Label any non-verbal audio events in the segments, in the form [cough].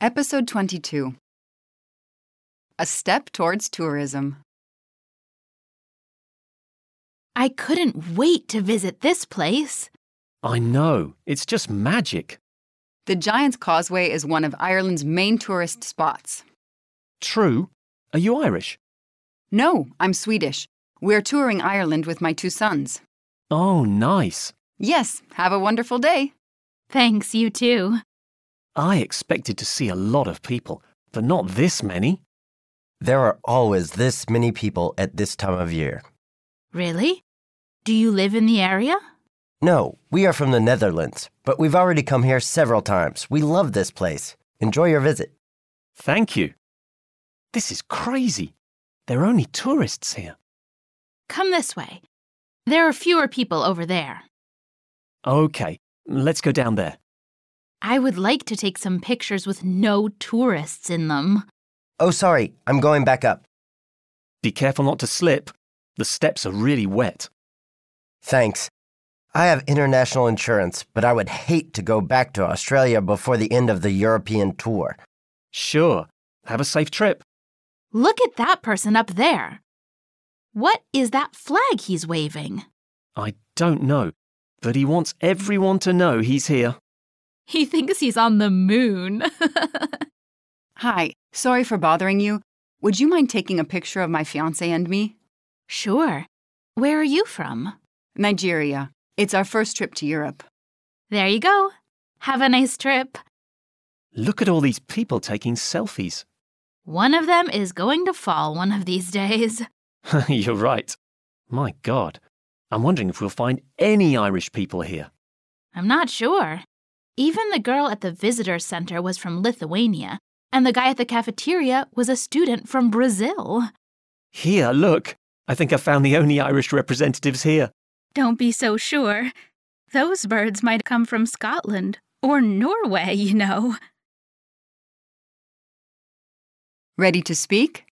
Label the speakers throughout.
Speaker 1: Episode 22 A Step Towards Tourism.
Speaker 2: I couldn't wait to visit this place.
Speaker 3: I know, it's just magic.
Speaker 1: The Giant's Causeway is one of Ireland's main tourist spots.
Speaker 3: True. Are you Irish?
Speaker 1: No, I'm Swedish. We're touring Ireland with my two sons.
Speaker 3: Oh, nice.
Speaker 1: Yes, have a wonderful day.
Speaker 2: Thanks, you too.
Speaker 3: I expected to see a lot of people, but not this many.
Speaker 4: There are always this many people at this time of year.
Speaker 2: Really? Do you live in the area?
Speaker 4: No, we are from the Netherlands, but we've already come here several times. We love this place. Enjoy your visit.
Speaker 3: Thank you. This is crazy. There are only tourists here.
Speaker 2: Come this way. There are fewer people over there.
Speaker 3: Okay, let's go down there.
Speaker 2: I would like to take some pictures with no tourists in them.
Speaker 4: Oh, sorry, I'm going back up.
Speaker 3: Be careful not to slip. The steps are really wet.
Speaker 4: Thanks. I have international insurance, but I would hate to go back to Australia before the end of the European tour.
Speaker 3: Sure. Have a safe trip.
Speaker 2: Look at that person up there. What is that flag he's waving? [laughs]
Speaker 3: I don't know, but he wants everyone to know he's here.
Speaker 2: He thinks he's on the moon. [laughs]
Speaker 1: Hi, sorry for bothering you. Would you mind taking a picture of my fiance and me?
Speaker 2: sure. Where are you from?
Speaker 1: Nigeria. It's our first trip to Europe.
Speaker 2: There you go. Have a nice trip.
Speaker 3: Look at all these people taking selfies.
Speaker 2: One of them is going to fall one of these [laughs] days.
Speaker 3: [laughs] You're right. My God. I'm wondering if we'll find any Irish people here.
Speaker 2: I'm not sure. Even the girl at the visitor center was from Lithuania, and the guy at the cafeteria was a student from Brazil.
Speaker 3: Here, look. I think I found the only Irish representatives here.
Speaker 5: Don't be so sure. Those birds might come from Scotland or Norway, you know.
Speaker 1: Ready to speak?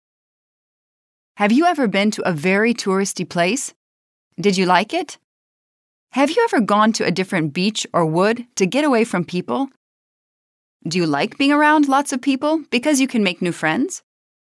Speaker 1: Have you ever been to a very touristy place? Did you like it? Have you ever gone to a different beach or wood to get away from people? Do you like being around lots of people because you can make new friends?